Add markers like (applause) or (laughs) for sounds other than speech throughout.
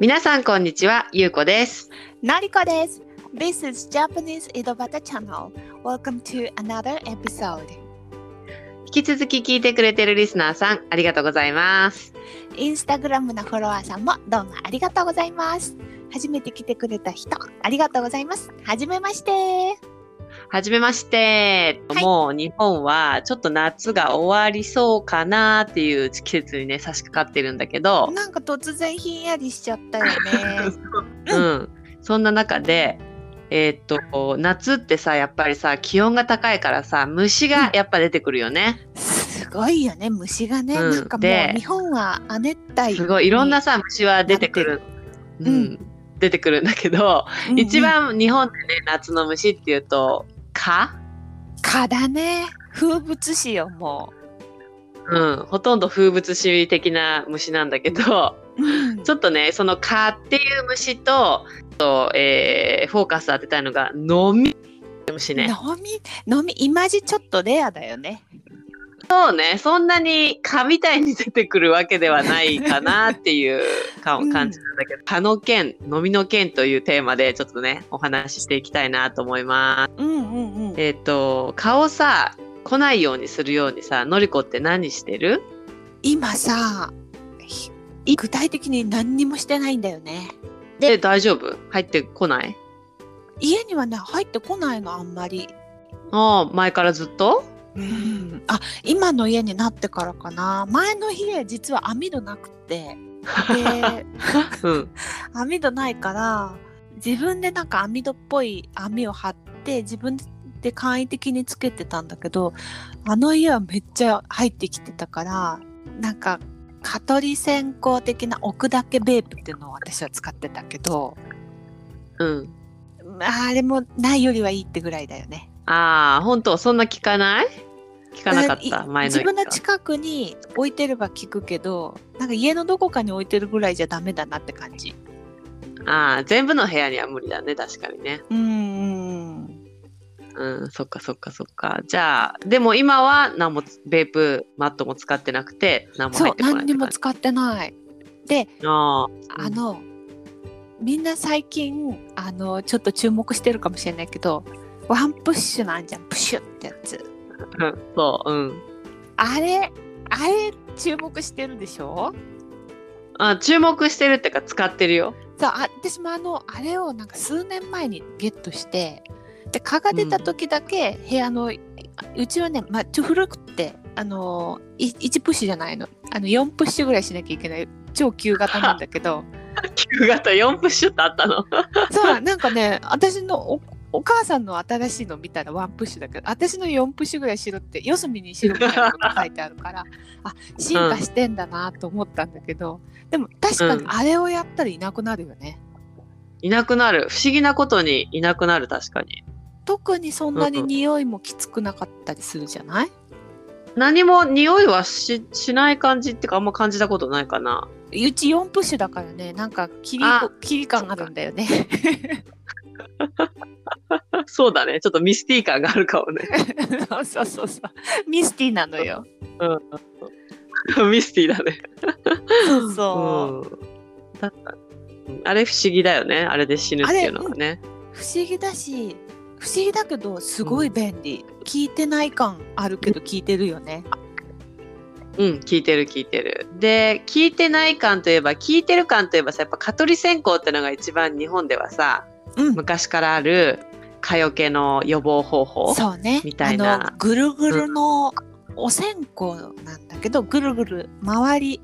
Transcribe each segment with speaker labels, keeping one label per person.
Speaker 1: 皆さんこんにちは、ゆうこです。
Speaker 2: Nariko desu. This is Japanese Idobata channel. Welcome to another episode.
Speaker 1: 引き続き聞いてくれてるリスナーさん、ありがとうございます。
Speaker 2: インスタグラムのフォロワーさんもどうもありがとうございます。初めて来てくれた人、ありがとうございます。はじめまして。
Speaker 1: はじめまして、
Speaker 2: はい
Speaker 1: もう日本はちょっと夏が終わりそうかなっていう季節にね、差し掛かってるんだけど、
Speaker 2: なんか突然ひんやりしちゃっ
Speaker 1: (laughs)
Speaker 2: たよね。
Speaker 1: うん。そんな中で、えーっと、夏ってさ、やっぱりさ、気温が高いからさ、虫がやっぱ出てくるよね。
Speaker 2: すごいよね、虫がね。
Speaker 1: うん
Speaker 2: なんかも
Speaker 1: で
Speaker 2: う日本は亜熱帯。
Speaker 1: すごい、いろんなさ、虫は出てくる。
Speaker 2: ん
Speaker 1: うん。出てくるんだけど、
Speaker 2: うんうん
Speaker 1: 一番日本でね、夏の虫っていうと、蚊
Speaker 2: 蚊だね。風物詩よ、も
Speaker 1: うん、ほとんど風物詩的な虫なんだけど、
Speaker 2: う。うん
Speaker 1: ちょっとね、その蚊っていう虫と、とえーフォーカス当てたいのが、のみ虫ね。
Speaker 2: 飲み、飲み、今時ちょっとレアだよね。
Speaker 1: そうね、そんなに蚊みたいに出てくるわけではないかなっていうか
Speaker 2: うん
Speaker 1: 感じなんだけど、蚊の剣、のみの剣というテーマでちょっとね、お話ししていきたいなと思います。
Speaker 2: うんうんうん。
Speaker 1: えっ、と、蚊をさ、来ないようにするようにさ、のりこって何してる
Speaker 2: 今さひ具体的に何にもしてないんだよね
Speaker 1: で、大丈夫入ってこない
Speaker 2: 家にはね入ってこないのあんまり、
Speaker 1: ああ、前からずっと
Speaker 2: うん、あ今の家になってからかな前の家実は網戸なくて (laughs) で
Speaker 1: うん。
Speaker 2: 網戸ないから自分でなんか網戸っぽい網を張って自分で簡易的につけてたんだけどあの家はめっちゃ入ってきてたからなんか蚊取り線香的な置くだけベープっていうのを私は使ってたけど
Speaker 1: うん。
Speaker 2: まああれもないよりはいいってぐらいだよね。
Speaker 1: ああ、本当そんな聞かない聞かなかった、
Speaker 2: い
Speaker 1: 前の
Speaker 2: 自
Speaker 1: 人
Speaker 2: 分の近くに置いてれば聞くけどなんか家のどこかに置いてるぐらいじゃダメだなって感じ。
Speaker 1: ああ、全部の部屋には無理だね、確かにね。
Speaker 2: うん
Speaker 1: うん、そっかそっかそっか。じゃあ、でも今は何も、ベープマットも使ってなくて、何も
Speaker 2: そ
Speaker 1: 入
Speaker 2: う
Speaker 1: ってこない
Speaker 2: 何にも使ってない。で
Speaker 1: う、ああ
Speaker 2: あの、みんな最近あのちょっと注目してるかもしれないけどワンプッシュなんじゃんプシュってやつ。
Speaker 1: ー、うん、そう、うん。
Speaker 2: あれあれ注目してるでしょ
Speaker 1: あ注目してるっていうか、使ってるよ。
Speaker 2: そうあ私もあのあれをなんか数年前にゲットしてで蚊が出た時だけ部屋の、うちはね、まあ、ちょ古くってあのい1プッシュじゃないのあの4プッシュぐらいしなきゃいけない超旧型なんだ
Speaker 1: (laughs)
Speaker 2: けど
Speaker 1: 旧型4プッシュってあったの。 (laughs)
Speaker 2: そうなんかね私のおお母さんの新しいの見たらワンプッシュだけど私の4プッシュぐらいしろって四隅にしろみたいなこと書いてあるからあ進化してんだなと思ったんだけど、でも確かに
Speaker 1: うん
Speaker 2: あれをやったらいなくなるよね。
Speaker 1: いなくなる。不思議なことにいなくなる、確かに。
Speaker 2: 特にそんな
Speaker 1: うん
Speaker 2: に
Speaker 1: うん
Speaker 2: 匂いもきつくなかったりするじゃない、
Speaker 1: 何も匂いはししない感じってか、あんま感じたことないかな。 (laughs)
Speaker 2: うち4プッシュだからねなんか切り
Speaker 1: あ
Speaker 2: 切り感あるんだよね
Speaker 1: そうだね。ちょっとミスティー感があるかもね。
Speaker 2: (laughs) そうそうそうそうミスティなのよ
Speaker 1: (laughs) ミスティーだね。
Speaker 2: そうそう、
Speaker 1: うん、だったうんあれ不思議だよね。あれで死ぬっていうのはね。
Speaker 2: 不思議だし不思議だけどすごい便利、聞いてない感あるけど聞いてるよね
Speaker 1: うん、聞いてる聞いてる。で、聞いてない感といえば、聞いてる感といえばさ、やっぱ蚊取り線香ってのが一番日本ではさ、
Speaker 2: うん
Speaker 1: 昔からある蚊よけの予防方法。
Speaker 2: そうね
Speaker 1: みたいな
Speaker 2: あのぐるぐるのお線香なんだけど、ぐるぐる周り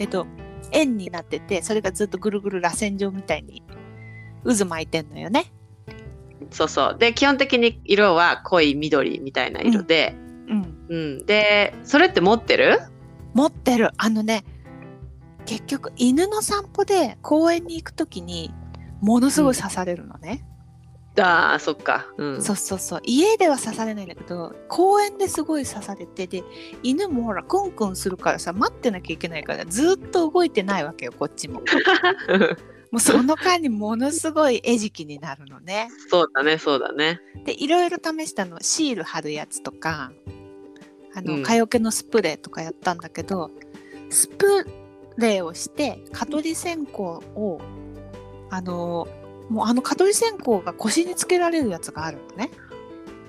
Speaker 2: えっと円になっててそれがずっとぐるぐる螺旋状みたいに渦巻いてんのよね
Speaker 1: そうそう。で、基本的に色は濃い緑みたいな色で、
Speaker 2: うん、
Speaker 1: うん、で、それって持ってる
Speaker 2: 持ってるあのね結局犬の散歩で公園に行くときにものすごい刺されるのね、
Speaker 1: ああ、そっか。うん。
Speaker 2: そうそうそう家では刺されないんだけど公園ですごい刺されてで犬もほらクンクンするからさ待ってなきゃいけないからずっと動いてないわけよこっちももうその間にものすごい餌食になるの
Speaker 1: (laughs)
Speaker 2: ね
Speaker 1: (laughs) そうだね、そうだね。
Speaker 2: でいろいろ試したのシール貼るやつとかあの、
Speaker 1: うん
Speaker 2: 蚊よけのスプレーとかやったんだけどスプレーをして蚊取り線香をあのもうあの蚊取り線香が腰につけられるやつがあるのね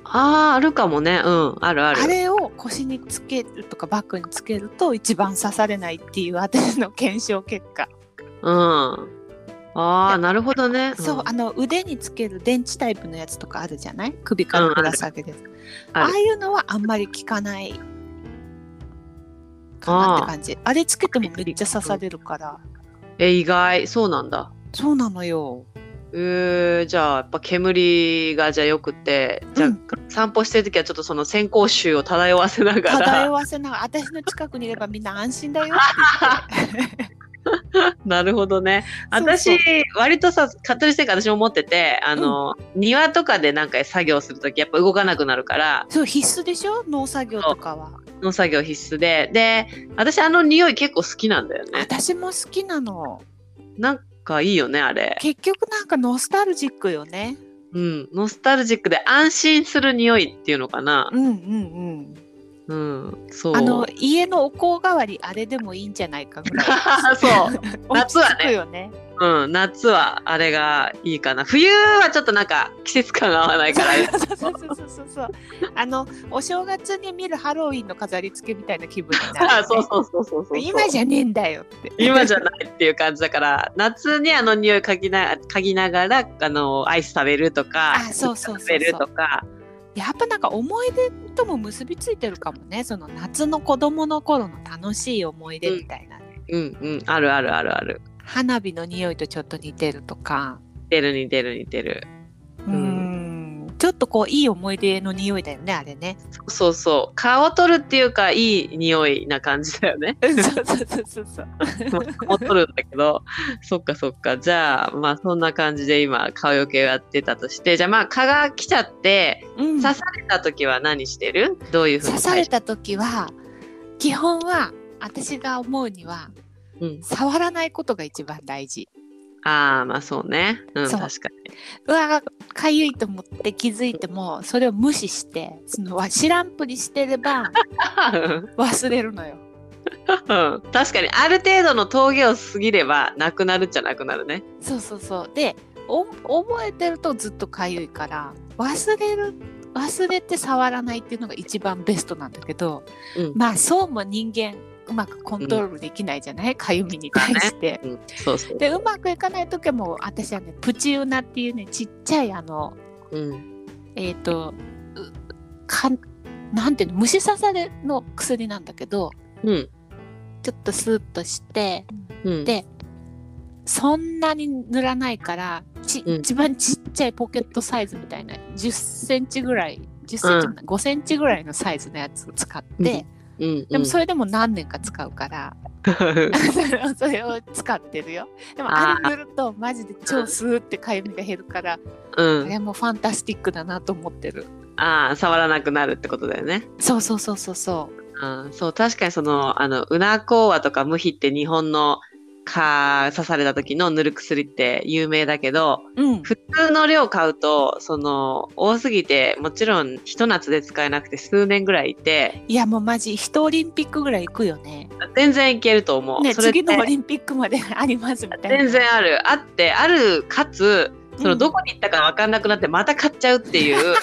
Speaker 1: ああ、あるかもね。うん、あるあ
Speaker 2: あ
Speaker 1: る。
Speaker 2: れを腰につけるとかバッグにつけると一番刺されないっていう私の検証結果、
Speaker 1: うん。ああ、なるほどね。ん
Speaker 2: そうあの腕につける電池タイプのやつとかあるじゃない首から
Speaker 1: うんある
Speaker 2: ぶら下げです、
Speaker 1: あ
Speaker 2: あ
Speaker 1: る
Speaker 2: あいうのはあんまり効かないかなって感じあれつけてもめっちゃ刺されるから、
Speaker 1: え、意外。そうなんだ。
Speaker 2: そうなのよ
Speaker 1: えー、じゃあ、やっぱ煙がじゃあよくて、じゃあ、
Speaker 2: うん
Speaker 1: 散歩してる時はちょっとその線香臭を漂わせなが
Speaker 2: 漂
Speaker 1: ら。
Speaker 2: わせながら私の近くにいればみんな安心だよ
Speaker 1: (laughs) なるほどね。私、
Speaker 2: そうそ
Speaker 1: 割とさ、蚊取り線香私も持ってて、あの、庭とかでなんか作業する時やっぱ動かなくなるから、
Speaker 2: そう必須でしょ農作業とかは、
Speaker 1: の作業必須で。で、私あの匂い結構好きなんだよね。
Speaker 2: 私も好きなの
Speaker 1: なんかいいよね、あれ。
Speaker 2: 結局なんかノスタルジックよね
Speaker 1: うん、ノスタルジックで安心する匂いっていうのかな
Speaker 2: う。んうん
Speaker 1: うん、
Speaker 2: う
Speaker 1: そ
Speaker 2: ん
Speaker 1: う。
Speaker 2: あ
Speaker 1: (laughs)
Speaker 2: の家のお香代わりあれでもいいんじゃないかぐらい
Speaker 1: そう、(laughs) 夏
Speaker 2: 落ち
Speaker 1: はね
Speaker 2: 着くよね
Speaker 1: うん、夏はあれがいいかな。冬はちょっとなんか季節感が合わない (laughs) から。
Speaker 2: (laughs) そうそうそうそうそうそうあのお正月に見るハロウィンの飾り付けみたいな気分になるよね、
Speaker 1: あ (laughs) そうそうそうそうそう。
Speaker 2: 今じ
Speaker 1: ゃ。
Speaker 2: ゃねえんだよって
Speaker 1: 今じゃないっていう感じだから、夏にあの匂い嗅ぎな、嗅ぎながら、あのアイス食べるとか。
Speaker 2: あそうそうそうそう
Speaker 1: 食べるとか。
Speaker 2: やっぱなんか思い出とも結びついてるかもねその夏の子供の頃の楽しい思い出みたいなね、
Speaker 1: うん、うん、あるあるあるある。
Speaker 2: 花火の匂いとちょっと似てるとか
Speaker 1: 似てる似てる似てる。
Speaker 2: うんんちょっとこういい思い出の匂いだよねあれね
Speaker 1: そうそう。顔を取るっていうか、いい匂いな感じだよね。
Speaker 2: そうそうそうそうそう
Speaker 1: 持っとるんだけど、そっかそっか。じゃあ、まあそんな感じで今、顔よけをやってたとして、じゃあまあ蚊が来ちゃって、
Speaker 2: うん
Speaker 1: 刺された時は何してるどういうふうに
Speaker 2: 刺された時は基本は私が思うには
Speaker 1: うん、
Speaker 2: 触らないことが一番大事
Speaker 1: ああ、まあそうね。うん、
Speaker 2: そう
Speaker 1: 確か
Speaker 2: うわかゆいと思って気づいてもそれを無視してそのわ知らんぷりしてれば
Speaker 1: に。うん
Speaker 2: 忘れるのよ
Speaker 1: 確かに、ある程度の峠を過ぎれば、なくなるっちゃなくなるね。
Speaker 2: そうそうそうでお覚えてるとずっとかゆいから忘れる忘れて触らないっていうのが一番ベストなんだけど
Speaker 1: うん。
Speaker 2: まあそうも人間うまくコントロールできないじゃないかゆみに対して。
Speaker 1: うん、そうそう。
Speaker 2: でうまくいかない時はもう私はねプチウナっていうねちっちゃいあの
Speaker 1: うん。
Speaker 2: えっ、とうかなんていうの虫刺されの薬なんだけど
Speaker 1: うん。
Speaker 2: ちょっとスーッとして
Speaker 1: うん。
Speaker 2: でそんなに塗らないからち、
Speaker 1: うん
Speaker 2: 一番ちっちゃいポケットサイズみたいな1 0ンチぐらい1 0センチ、5センチぐらいのサイズのやつを使って、
Speaker 1: うんうん、うん
Speaker 2: でもそれでも何年か使うから、 (laughs) それを使ってるよでもあれ塗るとマジで超スーってかゆみが減るから
Speaker 1: う
Speaker 2: あ
Speaker 1: ん。
Speaker 2: れもファンタスティックだなと思ってる
Speaker 1: ああ、触らなくなるってことだよね。
Speaker 2: そうそうそうそうそう
Speaker 1: あーそう確かにそのあのウナコウワとかムヒって日本の蚊刺された時の塗る薬って有名だけど
Speaker 2: うん
Speaker 1: 普通の量買うとその多すぎてもちろん一夏で使えなくて数年ぐらいいて
Speaker 2: いやもうマジ一オリンピックぐらい行くよね
Speaker 1: 全然いけると思う、
Speaker 2: ね
Speaker 1: それって
Speaker 2: 次のオリンピックまでありますみたいな
Speaker 1: 全然あるあってあるかつそのどこに行ったか分かんなくなってまた買っちゃうって
Speaker 2: (laughs)
Speaker 1: いう。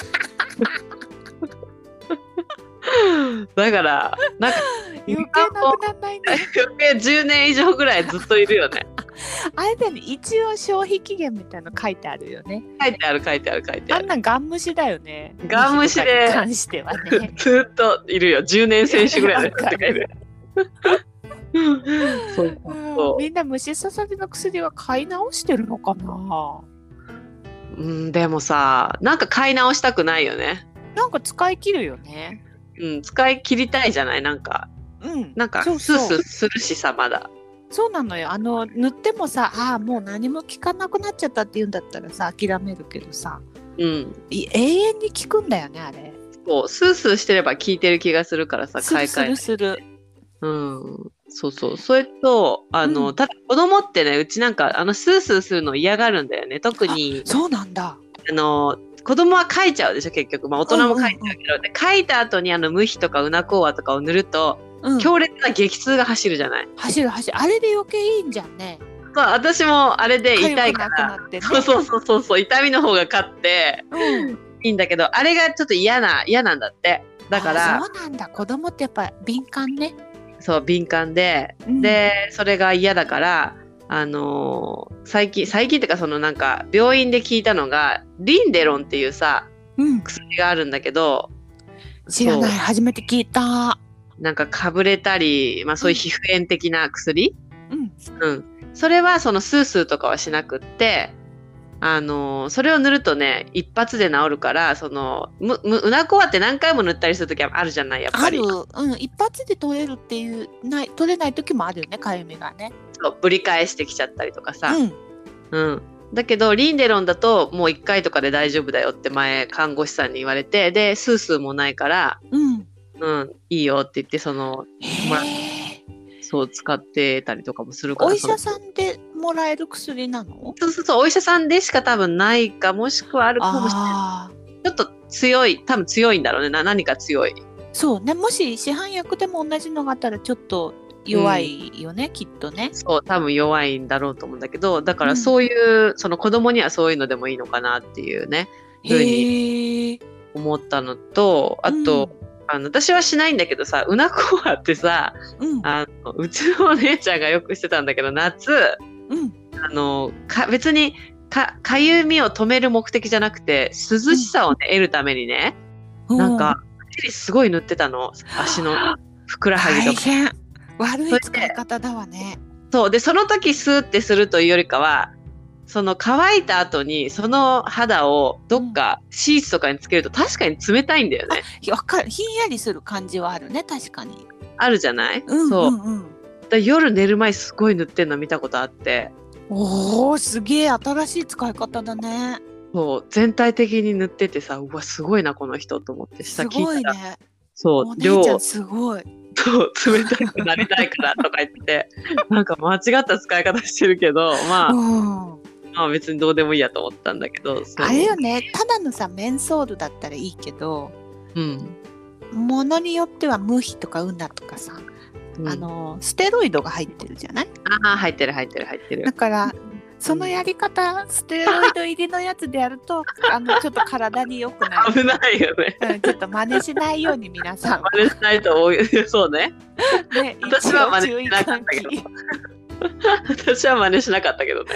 Speaker 1: だからなんか
Speaker 2: 余計なくなんないね
Speaker 1: 余計10年以上ぐらいずっといるよね。
Speaker 2: あれだよね一応消費期限みたいなの書いてあるよね
Speaker 1: 書いてある書いてある書いてあ
Speaker 2: あ
Speaker 1: る
Speaker 2: ん。なんガン無視だよね
Speaker 1: ガン無視で
Speaker 2: 虫とかに関しては
Speaker 1: (laughs)
Speaker 2: ね
Speaker 1: ずーっといるよ10年選手ぐらいの
Speaker 2: わ
Speaker 1: 世
Speaker 2: か
Speaker 1: 界
Speaker 2: る
Speaker 1: で。
Speaker 2: (laughs)
Speaker 1: そう
Speaker 2: うん
Speaker 1: そう
Speaker 2: みんな虫刺されの薬は買い直してるのかな
Speaker 1: うんでもさなんか買い直したくないよね。
Speaker 2: なんか使い切るよね
Speaker 1: うん、使い切りたいじゃないなんか
Speaker 2: うん
Speaker 1: なんかス
Speaker 2: そ
Speaker 1: ー
Speaker 2: うそう
Speaker 1: スーするしさまだ
Speaker 2: そうなのよあの塗ってもさああもう何も効かなくなっちゃったって言うんだったらさ諦めるけどさ
Speaker 1: うん
Speaker 2: い永遠に効くんだよねあれ
Speaker 1: そうスースーしてれば効いてる気がするからさ
Speaker 2: す
Speaker 1: 買
Speaker 2: る
Speaker 1: い
Speaker 2: す
Speaker 1: 替え
Speaker 2: るする
Speaker 1: うんそうそうそれとあの、
Speaker 2: うん
Speaker 1: ただ子供ってねうちなんかあのスースーするの嫌がるんだよね特に
Speaker 2: そうなんだ
Speaker 1: あの子供は書いちゃうでしょ結局、まあ、大人も書いちゃう
Speaker 2: うんうんうん
Speaker 1: けど、で書いた後にあの無比とかうなこうわとかを塗ると
Speaker 2: うん
Speaker 1: 強烈な激痛が走るじゃない。
Speaker 2: 走る走るあれで余計いいんじゃんね
Speaker 1: そう私もあれで痛い
Speaker 2: 痒く
Speaker 1: か
Speaker 2: なく
Speaker 1: ら
Speaker 2: なってね
Speaker 1: そうそうそうそうそう痛みの方が勝って
Speaker 2: うん
Speaker 1: いいんだけどあれがちょっと嫌な嫌なんだってだか
Speaker 2: あ
Speaker 1: ら
Speaker 2: そうなんだ子供ってやっぱ敏感ね、
Speaker 1: そう敏感で
Speaker 2: うん
Speaker 1: でそれが嫌だからあのー最近最近っていうかそのなんか病院で聞いたのがリンデロンっていうさ
Speaker 2: うん、
Speaker 1: 薬があるんだけど
Speaker 2: 知らない
Speaker 1: そ
Speaker 2: 初めて聞いた
Speaker 1: うなんかかぶれたり、まあ、そういう皮膚炎的な薬、
Speaker 2: うん
Speaker 1: うん、それはそのスースーとかはしなくって、あのーそれを塗るとね一発で治るからそのむむうなこわって何回も塗ったりする時はあるじゃないやっ
Speaker 2: あ
Speaker 1: ぱり
Speaker 2: る、うん、一発で取れるっていうない取れない時もあるよねかゆみがね
Speaker 1: そうぶり返してきちゃったりとかさ、
Speaker 2: うん
Speaker 1: うんだけどリンデロンだともう1回とかで大丈夫だよって前看護師さんに言われてでスースーもないから、
Speaker 2: うん
Speaker 1: うん、いいよって言ってその
Speaker 2: へ
Speaker 1: まあ
Speaker 2: え
Speaker 1: そう使ってたりとかもするから
Speaker 2: お医者
Speaker 1: その
Speaker 2: さんでもらえる薬なの
Speaker 1: そうそうそうお医者さんでしか多分ないかもしくはあるかもしれない
Speaker 2: ああ
Speaker 1: ちょっと強い多分強いんだろうねな何か強い
Speaker 2: そうねもし市販薬でも同じのがあったらちょっと弱いよね、きっとね
Speaker 1: そう多分弱いんだろうと思うんだけどだか
Speaker 2: う
Speaker 1: ら
Speaker 2: ん
Speaker 1: そういう、その子供にはそういうのでもいいのかなっていうね風
Speaker 2: へえ
Speaker 1: 思ったのとあと、あの私はしないんだけどさうなこはってさ
Speaker 2: うんうん
Speaker 1: あのうちのお姉ちゃんがよくしてたんだけど夏
Speaker 2: うん
Speaker 1: あのか別にかかゆみを止める目的じゃなくて涼しさを、ね得るためにねなんか尻すごい塗ってたの足のふくらはぎ
Speaker 2: 大
Speaker 1: とか。
Speaker 2: 変悪
Speaker 1: そ
Speaker 2: い
Speaker 1: れで
Speaker 2: 使い方だわね
Speaker 1: そうでその時スーってするというよりかはその乾いた後にその肌をどっかシーツとかにつけると確かに冷たいんだよね。
Speaker 2: ひわかるひんやりする感じはあるね確かに
Speaker 1: あるじゃない、
Speaker 2: うん
Speaker 1: そううん
Speaker 2: うん
Speaker 1: だから夜寝る前すごい塗ってんの見たことあって
Speaker 2: おーすげえ新しい使い方だね
Speaker 1: そう全体的に塗っててさうわすごいなこの人と思ってさ
Speaker 2: す
Speaker 1: 聞
Speaker 2: ご
Speaker 1: い
Speaker 2: い
Speaker 1: たら、
Speaker 2: ね
Speaker 1: そ
Speaker 2: お
Speaker 1: う
Speaker 2: 姉ちゃ
Speaker 1: 量
Speaker 2: んすごい
Speaker 1: と冷たくなりたいからとか言って
Speaker 2: (laughs)
Speaker 1: なんか間違った使い方してるけど、まあ、
Speaker 2: うん
Speaker 1: まあ別にどうでもいいやと思ったんだけどそう
Speaker 2: あれよねただのさメンソールだったらいいけど
Speaker 1: うん
Speaker 2: ものによってはムヒとかウナとかさ、
Speaker 1: うん
Speaker 2: あのステロイドが入ってるじゃない
Speaker 1: あー入ってる入ってる入ってる
Speaker 2: (laughs) だからそのやり方、ステロイド入りのやつでやる
Speaker 1: (laughs)
Speaker 2: とあのちょっと体に良くない
Speaker 1: 危ないよね。
Speaker 2: うん、ちょっと真似しないように皆さん
Speaker 1: 真似しないと思う (laughs) そうね。
Speaker 2: ね
Speaker 1: (laughs) 私は真似しなかったけど
Speaker 2: 一応注意喚起
Speaker 1: 私は真似しなかったけど
Speaker 2: (laughs)
Speaker 1: ね。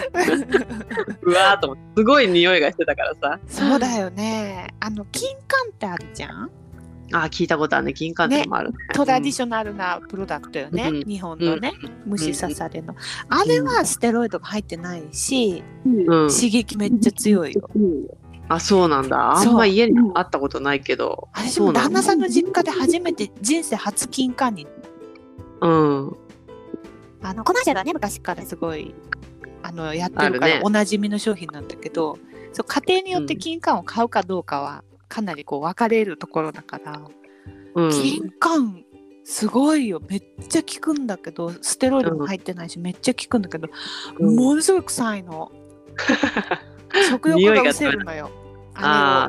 Speaker 1: (laughs) うわーと思ってすごい匂いがしてたからさ。
Speaker 2: そうだよねあの金柑ってあるじゃん
Speaker 1: あー聞いたことあるね。金柑とかもあるね。
Speaker 2: トラディショナルなプロダクトよね、
Speaker 1: うん
Speaker 2: 日本のね、虫刺されの、あれはステロイドが入ってないし、
Speaker 1: うん。
Speaker 2: 刺激めっちゃ強いよ、
Speaker 1: あそうなんだ。あん
Speaker 2: そう
Speaker 1: ま家にあったことないけど。
Speaker 2: 私
Speaker 1: そ
Speaker 2: も
Speaker 1: うな
Speaker 2: 旦
Speaker 1: んだ
Speaker 2: 那さんの実家で初めて人生初金柑に
Speaker 1: うん。
Speaker 2: あのコマーシャルはね昔からすごいあのやってるか
Speaker 1: ある
Speaker 2: ら
Speaker 1: ね
Speaker 2: おなじみの商品なんだけど、そう家庭によって金柑を買うかどうかはかなりこう分かれるところだから、
Speaker 1: うん。
Speaker 2: 金柑すごいよめっちゃ効くんだけどステロイドも入ってないし、めっちゃ効くんだけど、
Speaker 1: うん
Speaker 2: ものすごく臭い (laughs) の食欲が失せるのよあ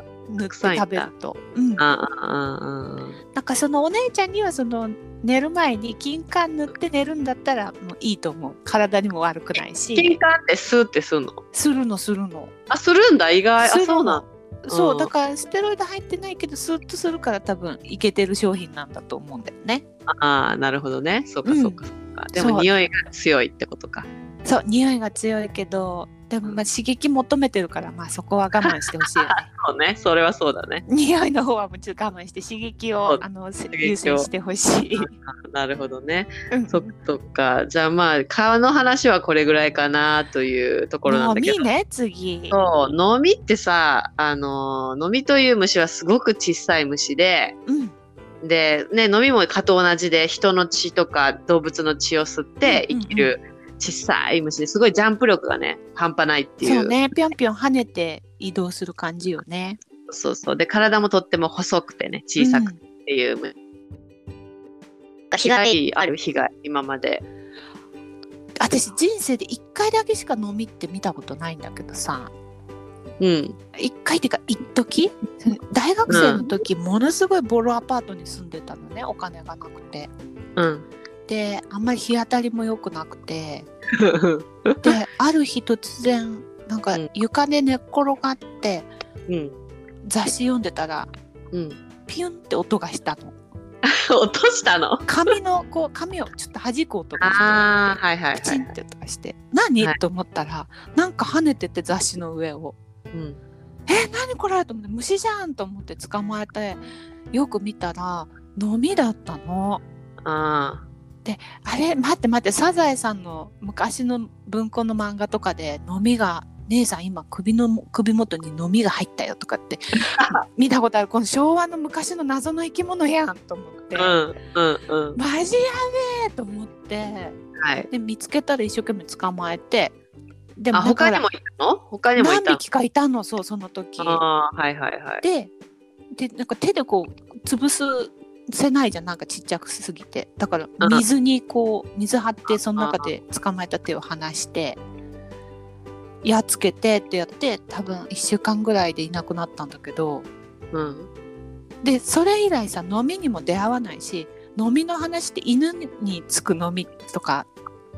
Speaker 1: あ
Speaker 2: れを塗って
Speaker 1: 臭いんだ
Speaker 2: 食べると、うん、
Speaker 1: あああ
Speaker 2: なんかそのお姉ちゃんにはその寝る前に金柑塗って寝るんだったらもういいと思う体にも悪くない
Speaker 1: 金
Speaker 2: し
Speaker 1: 柑ってスーってするの
Speaker 2: するのするの
Speaker 1: あするんだ意外あ
Speaker 2: するの
Speaker 1: そうなん
Speaker 2: そう、
Speaker 1: うん
Speaker 2: だからステロイド入ってないけどスッとするから多分いけてる商品なんだと思うんだよね
Speaker 1: ああなるほどねそうかそうかそうか、で
Speaker 2: そう
Speaker 1: も匂いが強いってことか
Speaker 2: そう匂いが強いけどでもまあ刺激求めてるからまあそこは我慢してほしい
Speaker 1: (laughs)
Speaker 2: よね
Speaker 1: そうねそれはそうだね
Speaker 2: 匂いの方はもうちょっと我慢して刺激
Speaker 1: そ
Speaker 2: を
Speaker 1: う
Speaker 2: あのせ
Speaker 1: 激を
Speaker 2: 優先してほしい
Speaker 1: なるほどね
Speaker 2: うん
Speaker 1: そっか。じゃあまあ、顔の話はこれぐらいかなというところなんだけど。
Speaker 2: もう見ね次
Speaker 1: そう、のみってさ、あの、のみという虫はすごく小さい虫で、
Speaker 2: うん
Speaker 1: で、ね、のみも蚊と同じで、人の血とか動物の血を吸って
Speaker 2: うんうんう
Speaker 1: 生
Speaker 2: ん
Speaker 1: きる小さい虫ですごいジャンプ力がね、半端ないっていう。
Speaker 2: そうねぴょんぴょん跳ねて移動する感じよね
Speaker 1: そうそうで、体もとっても細くてね、小さく
Speaker 2: う
Speaker 1: っ
Speaker 2: ん
Speaker 1: ていう虫。被害ある被害、今まで。
Speaker 2: 私人生で1回だけしか飲みって見たことないんだけどさ
Speaker 1: うん。
Speaker 2: 1回っていうか一時大学生の時、ものすごいボロアパートに住んでたのねお金がなくて
Speaker 1: うん。
Speaker 2: ってあんまり日当たりも良くなくてである日突然なんか
Speaker 1: うん
Speaker 2: 床で寝っ転がって
Speaker 1: (laughs) うん。
Speaker 2: 雑誌読んでたら
Speaker 1: うん。
Speaker 2: ピュンって音がしたの
Speaker 1: 落としたの。
Speaker 2: 紙のこう紙をちょっと弾く音がして
Speaker 1: ああ、はいはい
Speaker 2: プチンっ
Speaker 1: は
Speaker 2: て音がして何、
Speaker 1: はい
Speaker 2: と思ったらなんか跳ねてて雑誌の上を
Speaker 1: い。うん。
Speaker 2: え何これと思って虫じゃんと思って捕まえてよく見たらのみだったの。
Speaker 1: あ
Speaker 2: あれ待って待ってサザエさんの昔の文庫の漫画とかでのみが姉さん今首の首元にのみが入ったよと
Speaker 1: (laughs)
Speaker 2: かって見たことあるこの昭和の昔の謎の生き物やんと思って、
Speaker 1: あ。うん。うん。うん。
Speaker 2: マジやべえと思って
Speaker 1: はい。
Speaker 2: で見つけたら一生懸命捕まえてで
Speaker 1: あ、
Speaker 2: だか
Speaker 1: 他
Speaker 2: ら
Speaker 1: にもいたの。他にもい
Speaker 2: 何
Speaker 1: たの。
Speaker 2: 匹かいたのそうその時
Speaker 1: ああ、はいはいはい。
Speaker 2: ででなんか手でこう潰すせないじゃんなんかちっちゃくすぎてだから
Speaker 1: うん
Speaker 2: 水にこう水張ってその中で捕まえた手を離してやっつけてってやって多分1週間ぐらいでいなくなったんだけど
Speaker 1: うん。
Speaker 2: でそれ以来さ飲みにも出会わないし飲みの話って犬につく飲みとか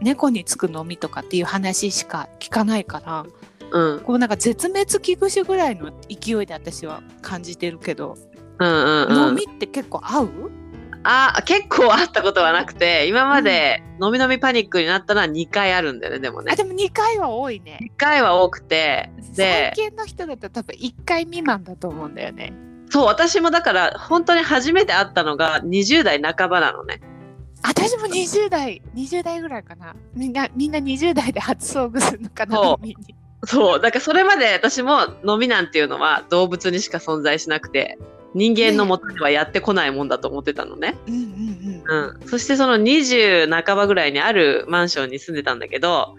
Speaker 2: 猫につく飲みとかっていう話しか聞かないから
Speaker 1: うん。
Speaker 2: こうなんか絶滅危惧種ぐらいの勢いで私は感じてるけど。
Speaker 1: うん。うん。う
Speaker 2: 飲
Speaker 1: ん
Speaker 2: み。って結構合う
Speaker 1: あ、結構あったことはなくて、今まで飲み飲みパニックになったのは2回あるんだよね、でもね
Speaker 2: あ。でも2回は多いね
Speaker 1: 1回は多くて、で
Speaker 2: 最、近の人だと多分1回未満だと思うんだよね
Speaker 1: そう、私もだから、本当に初めて会ったのが20代半ばなのね。
Speaker 2: 私も20代20代ぐらいかなみんなみんな20代で初遭遇するのかな
Speaker 1: そう
Speaker 2: 飲みに
Speaker 1: そう、だからそれまで私も飲みなんていうのは動物にしか存在しなくて、人間のもとではやってこないもんだと思ってたのね。
Speaker 2: うんうんう
Speaker 1: う
Speaker 2: ん
Speaker 1: ん。そしてその20半ばぐらいにあるマンションに住んでたんだけど、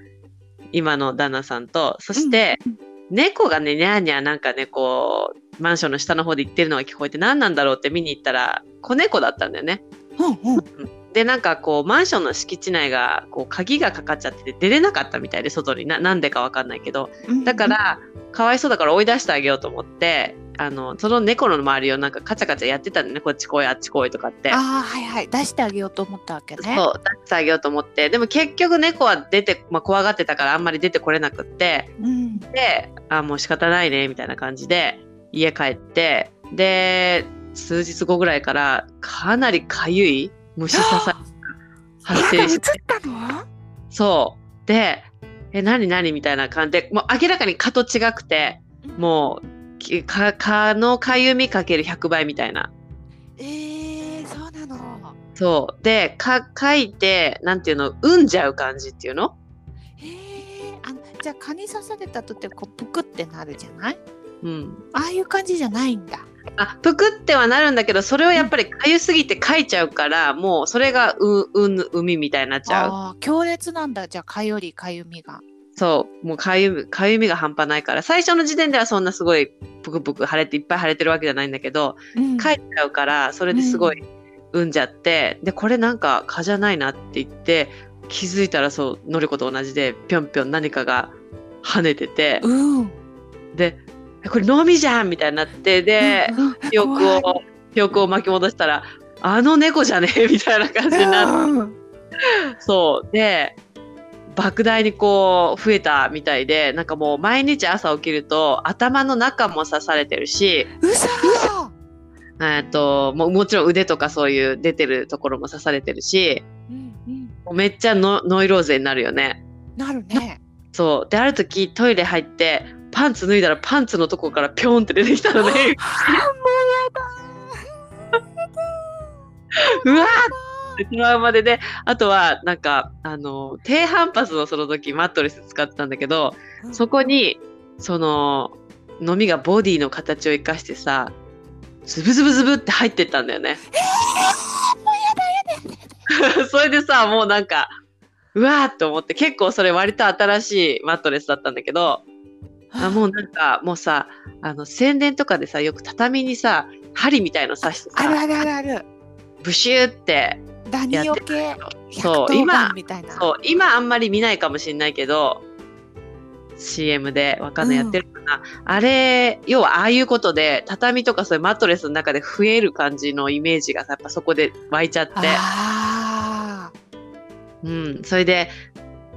Speaker 1: 今の旦那さんと、そして、
Speaker 2: うん
Speaker 1: 猫がね、ニャーニャーなんかね、こう、マンションの下の方で言ってるのが聞こえて何なんだろうって見に行ったら、子猫だったんだよね。
Speaker 2: うんうん
Speaker 1: でなんかこうマンションの敷地内がこう鍵がかかっちゃってて出れなかったみたいで外にななんでかわかんないけど
Speaker 2: うん
Speaker 1: だからかわいそうだから追い出してあげようと思ってあのその猫の周りをなんかカチャカチャやってたんでねこっち来いあっち来いとかって。
Speaker 2: ああはいはい出してあげようと思ったわけね
Speaker 1: そう出してあげようと思ってでも結局猫は出て、まあ、怖がってたからあんまり出てこれなくって
Speaker 2: うん
Speaker 1: であもう仕方ないねみたいな感じで家帰ってで数日後ぐらいからかなりかゆい虫刺され発
Speaker 2: 部屋が
Speaker 1: 生
Speaker 2: 映
Speaker 1: し
Speaker 2: ってたの
Speaker 1: そう。で、え、何何みたいな感じで、もう明らかに蚊と違くて、もうき、蚊蚊のかゆみかける100倍みたいな。
Speaker 2: えー、そうなの
Speaker 1: そう。で、か、かいて、なんていうの、産んじゃう感じっていうの
Speaker 2: えー、あのじゃあ蚊に刺されたとってこうぷくってなるじゃない
Speaker 1: うん。
Speaker 2: ああいう感じじゃないんだ
Speaker 1: あ、ぷくってはなるんだけど、それはやっぱりかゆすぎてかいちゃうから、もうそれがう、うん、海みたいになっちゃう。
Speaker 2: あー強烈なんだじゃあかよりかゆみが
Speaker 1: そう。もうかゆみ、かゆみが半端ないから、最初の時点ではそんなすごい、ぷくぷく腫れて、いっぱい腫れてるわけじゃないんだけど、帰っちゃうからそれですごい産んじゃって、でこれなんか蚊じゃないなって言って気づいたらそうのりこと同じでぴょんぴょん何かが跳ねてて
Speaker 2: うんうん
Speaker 1: でえこれのみじゃんみたいになってで
Speaker 2: うんうん
Speaker 1: 記憶
Speaker 2: 怖
Speaker 1: を記憶を巻き戻したらあの猫じゃねえみたいな感じになっ
Speaker 2: い
Speaker 1: てそうで莫大にこう増えたみたいでなんかもう毎日朝起きると頭の中も刺されてるし
Speaker 2: うそー
Speaker 1: えっともうもちろん腕とかそういう出てるところも刺されてるし
Speaker 2: うんうん
Speaker 1: もうめっちゃノノイローゼになるよね
Speaker 2: なるね
Speaker 1: そうである時トイレ入ってパンツ脱いだらパンツのとこからピョンって出てきたのねうわーってトラウマでであとはなんかあの低反発のその時マットレス使ってたんだけどそこにそののみがボディの形を生かしてさズブズブズブって入ってったんだよね。 (laughs) それでさもうなんかうわーって思って結構それ割と新しいマットレスだったんだけどあもうなんかもうさあの宣伝とかでさよく畳にさ針みたいの刺して
Speaker 2: ある
Speaker 1: さ
Speaker 2: あるあるある
Speaker 1: ブシューって
Speaker 2: ダニオ系
Speaker 1: そう
Speaker 2: 110番
Speaker 1: 今
Speaker 2: みたいな
Speaker 1: そう今あんまり見ないかもしれないけど CM でわかんないやってるかな、あれ要はああいうことで畳とかそういうマットレスの中で増える感じのイメージがさやっぱそこで湧いちゃって
Speaker 2: ああ
Speaker 1: うん、それで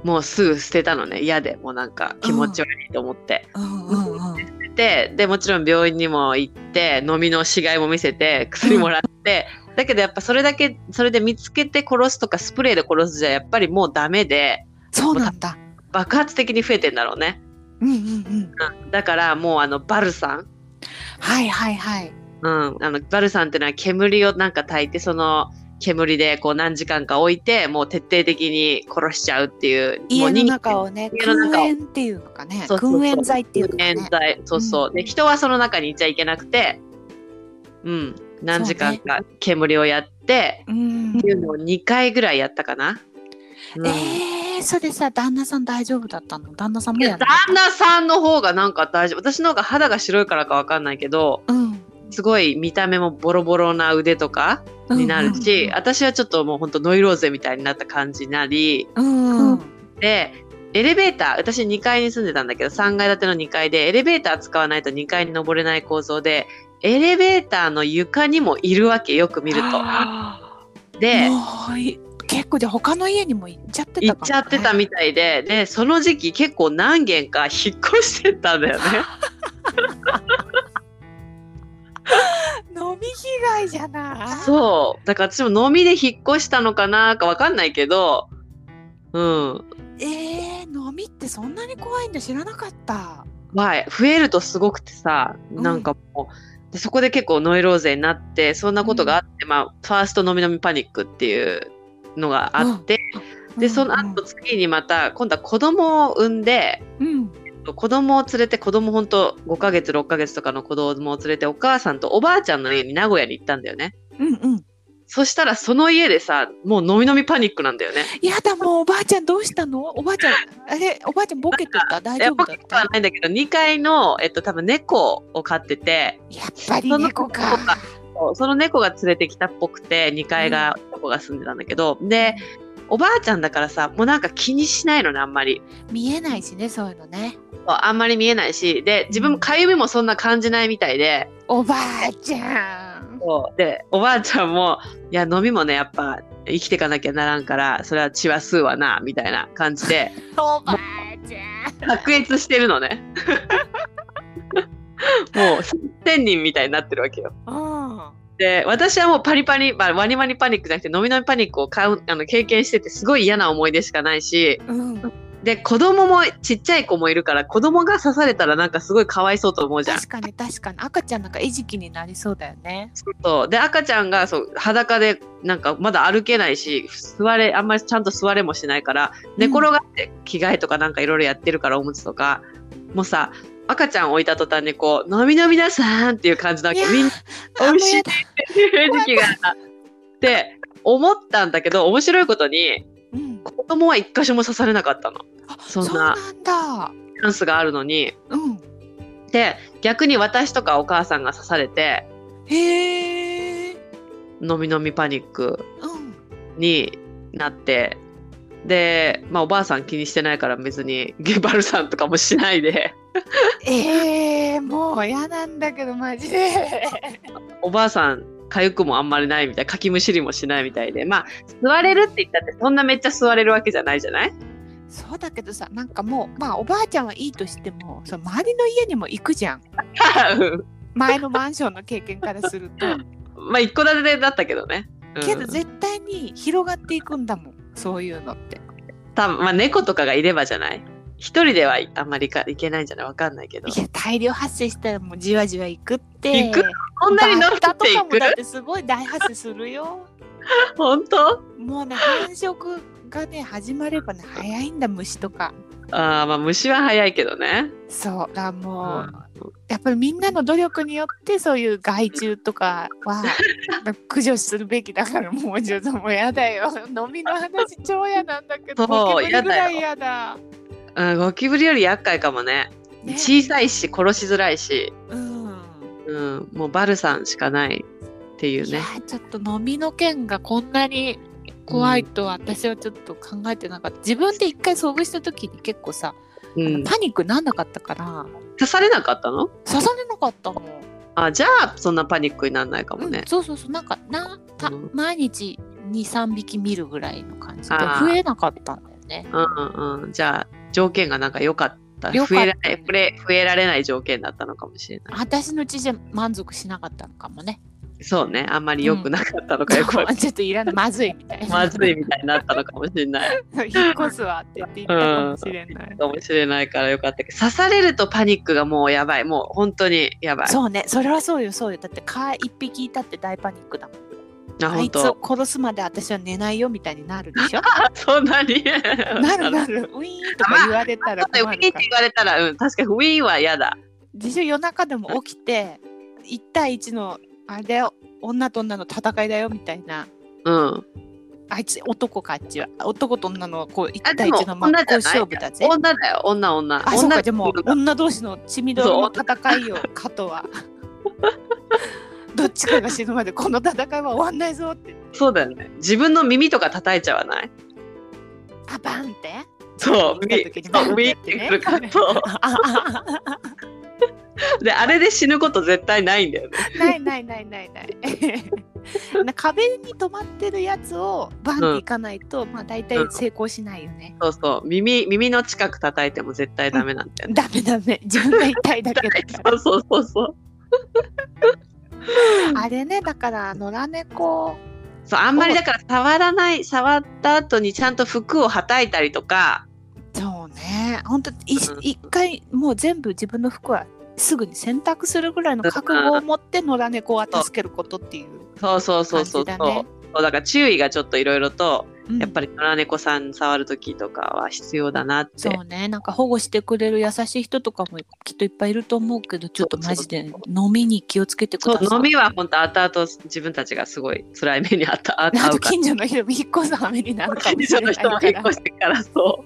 Speaker 1: もうすぐ捨てたのね嫌でもうなんか気持ち悪いと思って、
Speaker 2: うんうんうん
Speaker 1: ででもちろん病院にも行って飲みの死骸も見せて薬もらって、だけどやっぱそれだけそれで見つけて殺すとかスプレーで殺すじゃやっぱりもうダメで
Speaker 2: そうなんだ。
Speaker 1: 爆発的に増えてんだろうね
Speaker 2: うんうんうん。
Speaker 1: だからもうあのバルさん
Speaker 2: はいはいはい。
Speaker 1: うん、あのバルさんっていうのは煙をなんか焚いてその煙でこう何時間か置いてもう徹底的に殺しちゃうっていうも
Speaker 2: 家
Speaker 1: う
Speaker 2: の
Speaker 1: 人
Speaker 2: 中をね、
Speaker 1: 家の
Speaker 2: 燻
Speaker 1: 中を
Speaker 2: 煙っていうのかね。
Speaker 1: そうそうそう
Speaker 2: 燻煙剤っていうのかね。
Speaker 1: 間剤そうそう、
Speaker 2: うん
Speaker 1: で人はその中にいちゃいけなくてうん何時間か煙をやって、
Speaker 2: うん
Speaker 1: っていうのを2回ぐらいやったかな、うん
Speaker 2: えー、それさ旦那さん大丈夫だったの旦那さんも
Speaker 1: い
Speaker 2: や
Speaker 1: や旦那さんの方がなんか大丈夫私の方が肌が白いからかわかんないけど
Speaker 2: 那、うん、
Speaker 1: すごい見た目もボロボロな腕とかになるし、私はちょっともうほんとノイローゼみたいになった感じになり
Speaker 2: うんうんうん
Speaker 1: でエレベーター私2階に住んでたんだけど3階建ての2階でエレベーター使わないと2階に登れない構造でエレベーターの床にもいるわけよく見ると。
Speaker 2: あ
Speaker 1: で
Speaker 2: ーもうい結構で他の家にも行っちゃって
Speaker 1: 行
Speaker 2: た
Speaker 1: っちゃってたみたいででその時期結構何軒か引っ越してたんだよね。
Speaker 2: 飲み被害じゃない
Speaker 1: そうだから私も飲みで引っ越したのかなかわかんないけどうん
Speaker 2: えー、飲みってそんなに怖いんだ知らなかった
Speaker 1: はい、増えるとすごくてさなんかもう、でそこで結構ノイローゼになってそんなことがあって、まあ、ファースト飲み飲みパニックっていうのがあって、でその後次にまた今度は子供を産んで
Speaker 2: うん
Speaker 1: 子供を連れて子供ほんと5ヶ月6ヶ月とかの子供を連れてお母さんとおばあちゃんの家に名古屋に行ったんだよね。
Speaker 2: うんうん
Speaker 1: そしたらその家でさもう飲み飲みパニックなんだよね。
Speaker 2: やだもうおばあちゃんどうしたのおばあちゃんあれおばあちゃんボケてた大
Speaker 1: や
Speaker 2: 丈
Speaker 1: っぱ
Speaker 2: 夫だっ
Speaker 1: 結構は
Speaker 2: た
Speaker 1: ないんだけど2階の、えっと、多分猫を飼ってて
Speaker 2: やっぱり猫か
Speaker 1: そのその猫が連れてきたっぽくて2階が男が住んでたんだけど、でおばあちゃんだからさもうなんか気にしないのねあんまり
Speaker 2: 見えないしねそういうのね
Speaker 1: あんまり見えないしで自分もかゆみもそんな感じないみたいで
Speaker 2: おばあちゃん
Speaker 1: そうでおばあちゃんもいや飲みもねやっぱ生きてかなきゃならんからそれは血は吸うわなみたいな感じで
Speaker 2: おばあちゃん
Speaker 1: 卓越してるのね (laughs) もう千人みたいになってるわけよ
Speaker 2: うん
Speaker 1: で私はもうパリパリ、まあ、ワニワニパニックじゃなくて飲み飲みパニックを買うあの経験しててすごい嫌な思い出しかないし
Speaker 2: うん、
Speaker 1: で子供もちっちゃい子もいるから子供が刺されたらなんかすごいかわいそうと思うじゃん。
Speaker 2: 確かに確かに赤ちゃんなんか餌食になりそうだよね。
Speaker 1: そうで赤ちゃんがそう裸でなんかまだ歩けないし座れあんまりちゃんと座れもしないから寝転がって着替えとかなんかいろいろやってるからおむつとかもうさ赤ちゃん置いた途端にこう「飲み飲みなさん」っていう感じなわけ
Speaker 2: いやー
Speaker 1: みんな
Speaker 2: あ
Speaker 1: 美味しい
Speaker 2: もうやだ
Speaker 1: 時期があって思ったんだけど面白いことに
Speaker 2: うん、
Speaker 1: 子供は一箇所も刺されなかったの
Speaker 2: あ
Speaker 1: そんな
Speaker 2: そうなんだ。
Speaker 1: チャンスがあるのに
Speaker 2: うん。
Speaker 1: で逆に私とかお母さんが刺されて
Speaker 2: へえ。
Speaker 1: 飲み飲みパニック
Speaker 2: うん。
Speaker 1: になってで、まあ、おばあさん気にしてないから別にゲバルさんとかもしないで
Speaker 2: ええー、もう嫌なんだけどマジで。
Speaker 1: おばあさんかゆくもあんまりないみたいかきむしりもしないみたいでまあ座れるって言ったってそんなめっちゃ座れるわけじゃないじゃない (laughs)
Speaker 2: そうだけどさ、なんかもうまあおばあちゃんはいいとしても、その周りの家にも行くじゃん。
Speaker 1: うん
Speaker 2: 前のマンションの経験からする
Speaker 1: (laughs)
Speaker 2: と、
Speaker 1: まあ一戸建てだったけどね。うん
Speaker 2: けど絶対に広がっていくんだもん。そういうのって。
Speaker 1: 多分まあ猫とかがいればじゃない一人ではあんまりかいけないんじゃないわかんないけど
Speaker 2: いや大量発生したらもうじわじわ行くって。
Speaker 1: 行くこんなに飲み
Speaker 2: バッタ
Speaker 1: てい
Speaker 2: とかもだっ
Speaker 1: く
Speaker 2: てすごい大発生す
Speaker 1: (laughs)
Speaker 2: るよ。
Speaker 1: 本当
Speaker 2: もうね繁殖がね始まればね早いんだ虫とか。
Speaker 1: あーまあ虫は早いけどね、
Speaker 2: そうだから
Speaker 1: う
Speaker 2: も
Speaker 1: ん、
Speaker 2: う、やっぱりみんなの努力によってそういう害虫とか
Speaker 1: (laughs)
Speaker 2: は駆除するべきだからもうちょっともうやだよ飲みの話超嫌なんだけど
Speaker 1: そう
Speaker 2: ゴキブリぐらい
Speaker 1: や
Speaker 2: やだ。
Speaker 1: うんゴキブリより厄介かもね
Speaker 2: ね
Speaker 1: 小さいし殺しづらいし、
Speaker 2: うん
Speaker 1: うん、もうバルさんしかないっていう
Speaker 2: い
Speaker 1: ね
Speaker 2: やちょっと飲みの件がこんなに怖いとは私はちょっと考えてなかった、自分で一回遭遇した時に結構さ、
Speaker 1: うん、
Speaker 2: パニックなんなかったから
Speaker 1: 刺されなかったの
Speaker 2: 刺されなかったもん。
Speaker 1: あじゃあそんなパニックにならないかもね
Speaker 2: うん、、そうそうそうなんかなた
Speaker 1: うん
Speaker 2: 毎日23匹見るぐらいの感じで
Speaker 1: あー
Speaker 2: 増えなかったんだよね。
Speaker 1: うんうん。じゃあ、条件がなんか良かった。
Speaker 2: 良かった
Speaker 1: 増えられない、増え増えられない条件だったのかもしれない。
Speaker 2: 私の父じゃ満足しなかったのかもね。
Speaker 1: そうね。あんまり良くなかったのかよくわかん
Speaker 2: ちょっといらないまずいみたいな。
Speaker 1: まずいみたいになったのかもしれない。
Speaker 2: 引っ越すわって言っていたかもしれない。
Speaker 1: かもしれないから良かったけど、刺されるとパニックがもうやばい。もう本当にやばい。
Speaker 2: そうね、それはそうよ、そうよ。だって、蚊一匹いたって大パニックだもん。
Speaker 1: あ、
Speaker 2: あ
Speaker 1: 本
Speaker 2: いつ
Speaker 1: 当
Speaker 2: を。殺すまで私は寝ないよみたいになるでしょ
Speaker 1: そんなに
Speaker 2: なるなる。ウィーンとか言われた
Speaker 1: ちょ
Speaker 2: ら
Speaker 1: っとウィーン
Speaker 2: 困
Speaker 1: って言
Speaker 2: るから。
Speaker 1: われたら、うん、確かにウィーンは嫌だ。
Speaker 2: 自称夜中でも起きて、1対1の、あれだよ、女と女の戦いだよみたいな。
Speaker 1: うん。
Speaker 2: あいつ男かあっちは男と女のこう1
Speaker 1: あで
Speaker 2: 対
Speaker 1: も
Speaker 2: 1の真っ向勝負だぜ。
Speaker 1: 女だよ、女、女。
Speaker 2: あ、そう
Speaker 1: 女
Speaker 2: か、でも、女同士の血みどろの戦いよ、加藤
Speaker 1: (laughs)
Speaker 2: は。どっちかが死ぬまでこの戦いは終わんないぞって。
Speaker 1: そうだよね。自分の耳とか叩いちゃわない
Speaker 2: パパンって。
Speaker 1: そう、ウ
Speaker 2: 見た
Speaker 1: ィ
Speaker 2: 時に
Speaker 1: ーン。ウィーンっ
Speaker 2: ってて
Speaker 1: く
Speaker 2: ね
Speaker 1: るから。そ
Speaker 2: (laughs) あああ
Speaker 1: う。で、あれで死ぬこと絶対ないんだよね。
Speaker 2: ないないないないない。 (laughs) な壁に止まってるやつをバンっていかないと、まあ大体成功しないよね。 (laughs)
Speaker 1: そうそう。耳、耳の近く叩いても絶対ダメなんだよね。
Speaker 2: ダメダメ。自分が痛いだけ
Speaker 1: (laughs)
Speaker 2: だから。
Speaker 1: そうそうそうそう。
Speaker 2: あれね、だから野良猫。
Speaker 1: そう、あんまりだから触らない、触った後にちゃんと服をはたいたりとか、
Speaker 2: そうね。本当一
Speaker 1: うん
Speaker 2: 一回もう全部自分の服はすぐに洗濯するぐらいの覚悟を持って野良猫は助けることっていう
Speaker 1: そうそうそ
Speaker 2: 感
Speaker 1: うそう
Speaker 2: じ
Speaker 1: そう。
Speaker 2: だね。
Speaker 1: そうだから注意がちょっといろいろと、
Speaker 2: うん
Speaker 1: やっぱり野良猫さん触る時とかは必要だなって。
Speaker 2: そうねなんか保護してくれる優しい人とかもきっといっぱいいると思うけどちょっとマジで飲みに気をつけてく
Speaker 1: そ
Speaker 2: だ
Speaker 1: う
Speaker 2: さい
Speaker 1: 飲みは本当後々自分たちがすごい辛い目にあった
Speaker 2: (laughs)
Speaker 1: あ
Speaker 2: なん
Speaker 1: 遭
Speaker 2: と
Speaker 1: うか
Speaker 2: 近所の人も引っ越す羽目になる
Speaker 1: ら
Speaker 2: かも
Speaker 1: 近所
Speaker 2: しれ
Speaker 1: の
Speaker 2: ない
Speaker 1: 人も引っ
Speaker 2: か
Speaker 1: 越してからそ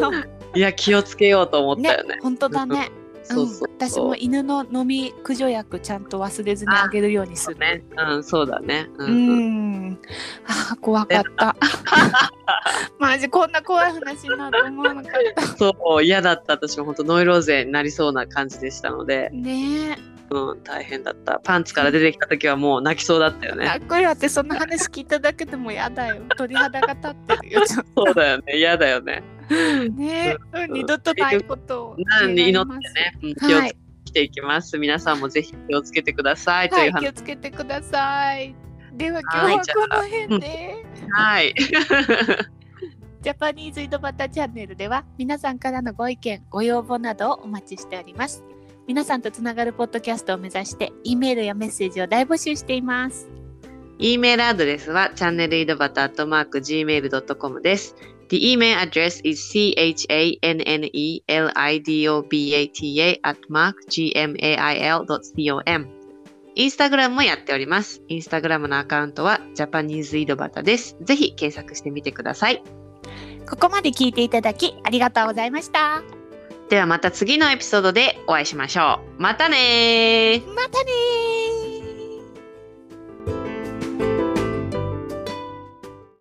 Speaker 2: ら
Speaker 1: ういや気をつけようと思ったよね
Speaker 2: 本当だね、
Speaker 1: そうそうそう
Speaker 2: うん、私も犬の飲み駆除薬ちゃんと忘れずにあげるようにす
Speaker 1: そう
Speaker 2: る
Speaker 1: ねうんそうだねう、
Speaker 2: うん
Speaker 1: うん、
Speaker 2: んあー怖かった (laughs) マジこんな怖い話になると思わなかった
Speaker 1: そう嫌だった私も本当ノイローゼになりそうな感じでしたので、
Speaker 2: ね
Speaker 1: うん、大変だったパンツから出てきた時はもう泣きそうだったよ
Speaker 2: え
Speaker 1: ね
Speaker 2: かっこいいわってそんな話聞いただけでもやだよ鳥肌が立ってる
Speaker 1: (laughs)
Speaker 2: よちょっ
Speaker 1: そうだよね嫌だよね
Speaker 2: とねえ、うん、二度とないことを
Speaker 1: なんで祈ってね、うん、気を
Speaker 2: は
Speaker 1: つ
Speaker 2: い
Speaker 1: けていきます、皆さんもぜひ気をつけてくださいと
Speaker 2: はいいう
Speaker 1: 話
Speaker 2: 気をつけてくださいでは今
Speaker 1: はい
Speaker 2: 日はこの辺で、
Speaker 1: はい、
Speaker 2: ジャパニーズ井戸端チャンネルでは皆さんからのご意見、ご要望などをお待ちしております。皆さんとつながるポッドキャストを目指して、E メールやメッセージを大募集しています。
Speaker 1: E メールアドレスはチャンネル井戸端 gmail.com です。The email address is chanelidobata gmail.com インスタグラムもやっております。インスタグラムのアカウントはジャパニーズ井戸端です。ぜひ検索してみてください。
Speaker 2: ここまで聞いていただきありがとうございました。
Speaker 1: ではまた次のエピソードでお会いしましょう。またねー
Speaker 2: またねー